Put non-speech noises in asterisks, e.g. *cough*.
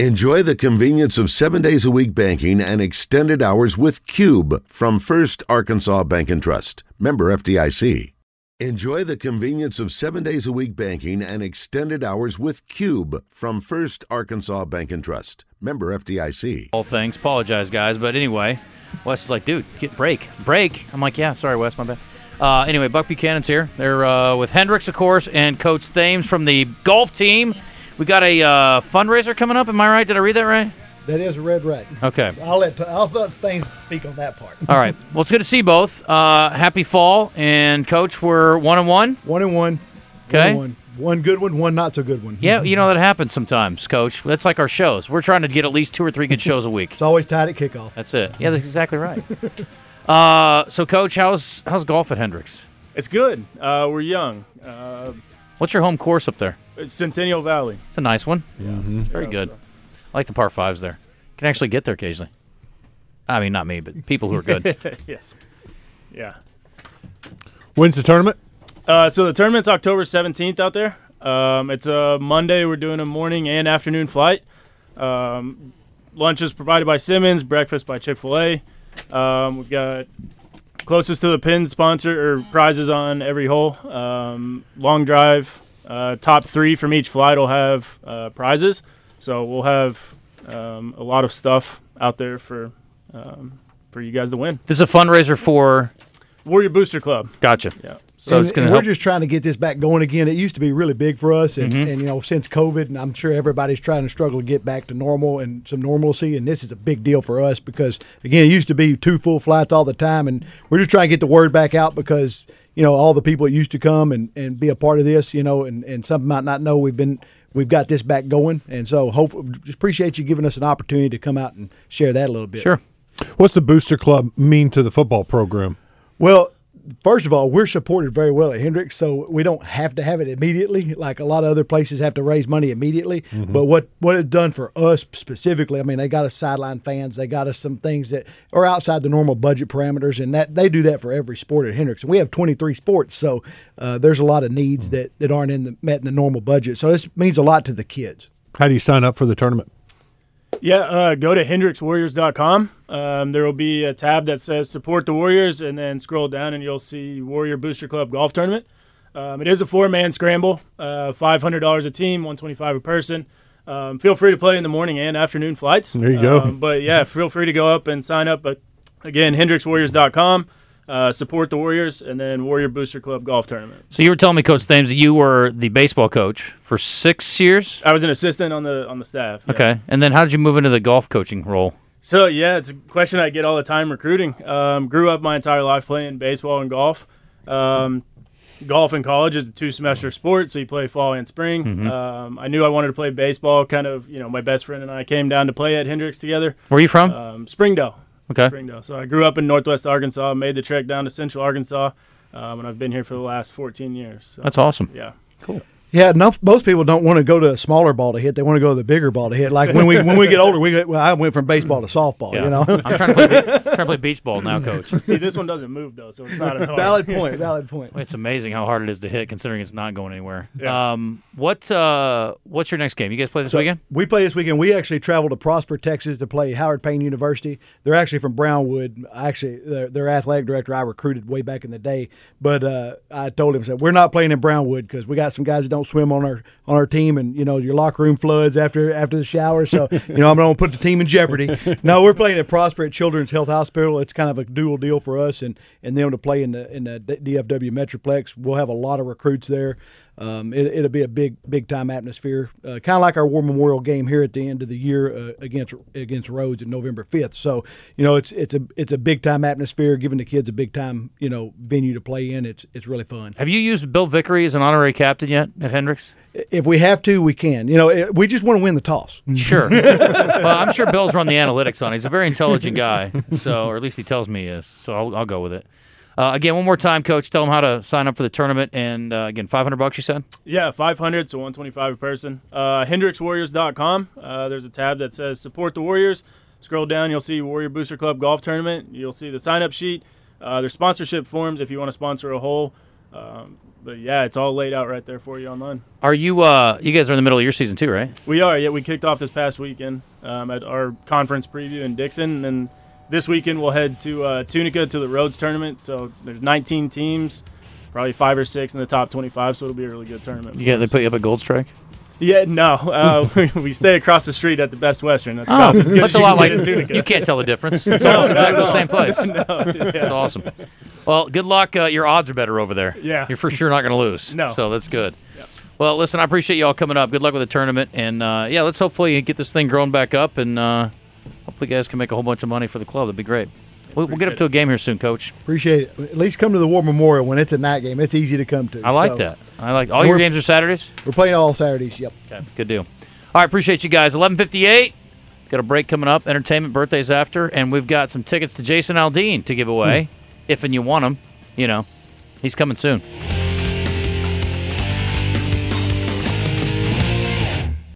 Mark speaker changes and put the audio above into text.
Speaker 1: Enjoy the convenience of seven days a week banking and extended hours with Cube from First Arkansas Bank and Trust, member FDIC. Enjoy the convenience of seven days a week banking and extended hours with Cube from First Arkansas Bank and Trust, member FDIC.
Speaker 2: All things. Apologize, guys. But anyway, Wes is like, dude, get break, break. I'm like, yeah, sorry, Wes, my bad. Uh, anyway, Buck Buchanan's here. They're uh, with Hendricks, of course, and Coach Thames from the golf team. We got a uh, fundraiser coming up. Am I right? Did I read that right?
Speaker 3: That is a red rag.
Speaker 2: Okay.
Speaker 3: I'll let I'll let things speak on that part.
Speaker 2: All right. Well, it's good to see you both. Uh, happy fall, and Coach, we're one on one.
Speaker 3: One and one.
Speaker 2: Okay.
Speaker 3: One, and one. One good one, one not so good one.
Speaker 2: Yeah, you know that happens sometimes, Coach. That's like our shows. We're trying to get at least two or three good shows a week.
Speaker 3: It's always tied at kickoff.
Speaker 2: That's it. Yeah, that's exactly right. *laughs* Uh, so, Coach, how's how's golf at Hendricks?
Speaker 4: It's good. Uh, we're young. Uh,
Speaker 2: What's your home course up there?
Speaker 4: it's Centennial Valley.
Speaker 2: It's a nice one.
Speaker 4: Yeah.
Speaker 2: Very
Speaker 4: Yeah,
Speaker 2: good.
Speaker 4: so-
Speaker 2: I like the par fives there. Can actually get there occasionally. I mean, not me, but people who are
Speaker 4: *laughs*
Speaker 2: good.
Speaker 4: Yeah.
Speaker 5: When's the tournament?
Speaker 4: Uh, so the tournament's October 17th out there. Um, it's a Monday. We're doing a morning and afternoon flight. Um, lunch is provided by Simmons, breakfast by Chick fil A. Um, we've got closest to the pin sponsor or prizes on every hole. Um, long drive, uh, top three from each flight will have uh, prizes. So we'll have um, a lot of stuff out there for um, for you guys to win.
Speaker 2: this is a fundraiser for.
Speaker 4: Warrior Booster Club.
Speaker 2: Gotcha.
Speaker 4: Yeah.
Speaker 2: So
Speaker 3: And-
Speaker 2: it's going to
Speaker 3: and We're
Speaker 2: help.
Speaker 3: just trying to get this back going again. It used to be really big for us, and,
Speaker 2: Mm-hmm.
Speaker 3: and you know, since COVID, and I'm sure everybody's trying to struggle to get back to normal and some normalcy. And this is a big deal for us because again, it used to be two full flights all the time, and we're just trying to get the word back out because you know all the people that used to come and, and be a part of this, you know, and and some might not know we've been. We've got this back going, and so hopefully, just appreciate you giving us an opportunity to come out and share that a little bit.
Speaker 2: Sure.
Speaker 5: What's the booster club mean to the football program?
Speaker 3: Well, first of all, we're supported very well at Hendricks, so we don't have to have it immediately like a lot of other places have to raise money immediately. But what what it done for us specifically, I mean, they got us sideline fans, they got us some things that are outside the normal budget parameters, and that they do that for every sport at Hendricks. And we have 23 sports, so uh, there's a lot of needs that that aren't in the met in the normal budget. So this means a lot to the kids.
Speaker 5: How do you sign up for the tournament?
Speaker 4: Yeah, uh, go to hendrickswarriors.com. Um, there will be a tab that says support the Warriors, and then scroll down and you'll see Warrior Booster Club Golf Tournament. Um, it is a four man scramble, uh, $500 a team, 125 a person. Um, feel free to play in the morning and afternoon flights.
Speaker 5: There you go.
Speaker 4: Um, but yeah, feel free to go up and sign up. But again, hendrickswarriors.com. Uh, support the Warriors and then Warrior Booster Club Golf Tournament.
Speaker 2: So you were telling me, Coach Thames, that you were the baseball coach for six years.
Speaker 4: I was an assistant on the on the staff. yeah.
Speaker 2: Okay. And then how did you move into the golf coaching role?
Speaker 4: So yeah, it's a question I get all the time recruiting. Um, grew up my entire life playing baseball and golf. Um, golf in college is a two semester sport, so you play fall and spring. Um, I knew I wanted to play baseball. Kind of, you know, my best friend and I came down to play at Hendricks together.
Speaker 2: Where are you from?
Speaker 4: Um, Springdale,
Speaker 2: okay.
Speaker 4: Springdale. So I grew up in Northwest Arkansas, made the trek down to Central Arkansas, um, and I've been here for the last 14 years. So,
Speaker 2: That's awesome.
Speaker 4: yeah.
Speaker 3: Yeah, no, most people don't want to go to a smaller ball to hit. They want to go to the bigger ball to hit. Like when we when we get older, we get, well, I went from baseball to softball.
Speaker 2: Yeah.
Speaker 3: You *laughs* know,
Speaker 2: I'm trying to, play, trying to play beach ball now, Coach.
Speaker 4: See, this one doesn't move though, so it's not as hard.
Speaker 3: *laughs* valid point. Valid point.
Speaker 2: It's amazing how hard it is to hit, considering it's not going anywhere.
Speaker 4: Yeah.
Speaker 2: Um, what uh, what's your next game? You guys play this weekend?
Speaker 3: We play this weekend. We actually travel to Prosper, Texas, to play Howard Payne University. They're actually from Brownwood. Actually, their, their athletic director I recruited way back in the day, but uh, I told him said we're not playing in Brownwood because we got some guys that don't swim on our on our team, and you know your locker room floods after after the shower. So you know I'm going to put the team in jeopardy. no, we're playing at Prosper at Children's Health Hospital. It's kind of a dual deal for us and and them to play in the in the D- DFW Metroplex. We'll have a lot of recruits there. Um, it, it'll be a big, big time atmosphere, uh, kind of like our War Memorial game here at the end of the year uh, against against Rhodes on November fifth. So, you know, it's it's a it's a big time atmosphere, giving the kids a big time you know venue to play in. It's it's really fun.
Speaker 2: Have you used Bill Vickery as an honorary captain yet at Hendricks?
Speaker 3: If we have to, we can. You know, it, we just want to win the toss.
Speaker 2: Sure. well, I'm sure Bill's run the analytics on. it. He's a very intelligent guy, so or at least he tells me he is. So I'll, I'll go with it. Uh, again, one more time, Coach. Tell him how to sign up for the tournament, and uh, again, 500 bucks. You said.
Speaker 4: Yeah, 500 to 125 a person. Uh, HendricksWarriors.com. Uh, there's a tab that says support the Warriors. Scroll down, you'll see Warrior Booster Club Golf Tournament. You'll see the sign up sheet. Uh, there's sponsorship forms if you want to sponsor a hole. Um, but yeah, it's all laid out right there for you online.
Speaker 2: Are you? Uh, you guys are in the middle of your season too, right?
Speaker 4: We are. Yeah, we kicked off this past weekend um, at our conference preview in Dixon, and then this weekend we'll head to uh, Tunica to the Rhodes tournament. So there's 19 teams, probably five or six in the top 25. So it'll be a really good tournament.
Speaker 2: You guys, they put you up at Gold Strike.
Speaker 4: Yeah, no, uh, *laughs* we, we stay across the street at the Best Western. That's about as good
Speaker 2: Oh, that's
Speaker 4: as
Speaker 2: a
Speaker 4: you
Speaker 2: lot
Speaker 4: can
Speaker 2: like
Speaker 4: get in Tunica.
Speaker 2: You
Speaker 4: *laughs*
Speaker 2: can't tell the difference. *laughs* It's almost exactly the same place. It's awesome. Well, good luck. Uh, your odds are better over there.
Speaker 4: Yeah.
Speaker 2: you're for sure not going to lose.
Speaker 4: No.
Speaker 2: so that's good. Well, listen, I appreciate y'all coming up. Good luck with the tournament, and uh, yeah, let's hopefully get this thing growing back up, and uh, hopefully, you guys can make a whole bunch of money for the club. That'd be great. We'll, we'll get up to a game here soon, Coach.
Speaker 3: Appreciate it. At least come to the War Memorial when it's a night game. It's easy to come to.
Speaker 2: I like
Speaker 3: So,
Speaker 2: that. I like all your
Speaker 3: We're-
Speaker 2: games are Saturdays.
Speaker 3: We're playing all Saturdays. Yep.
Speaker 2: Okay, good deal. All right, appreciate you guys. Eleven fifty-eight. Got a break coming up. Entertainment birthdays after, and we've got some tickets to Jason Aldean to give away, if and you want them. You know, he's coming soon.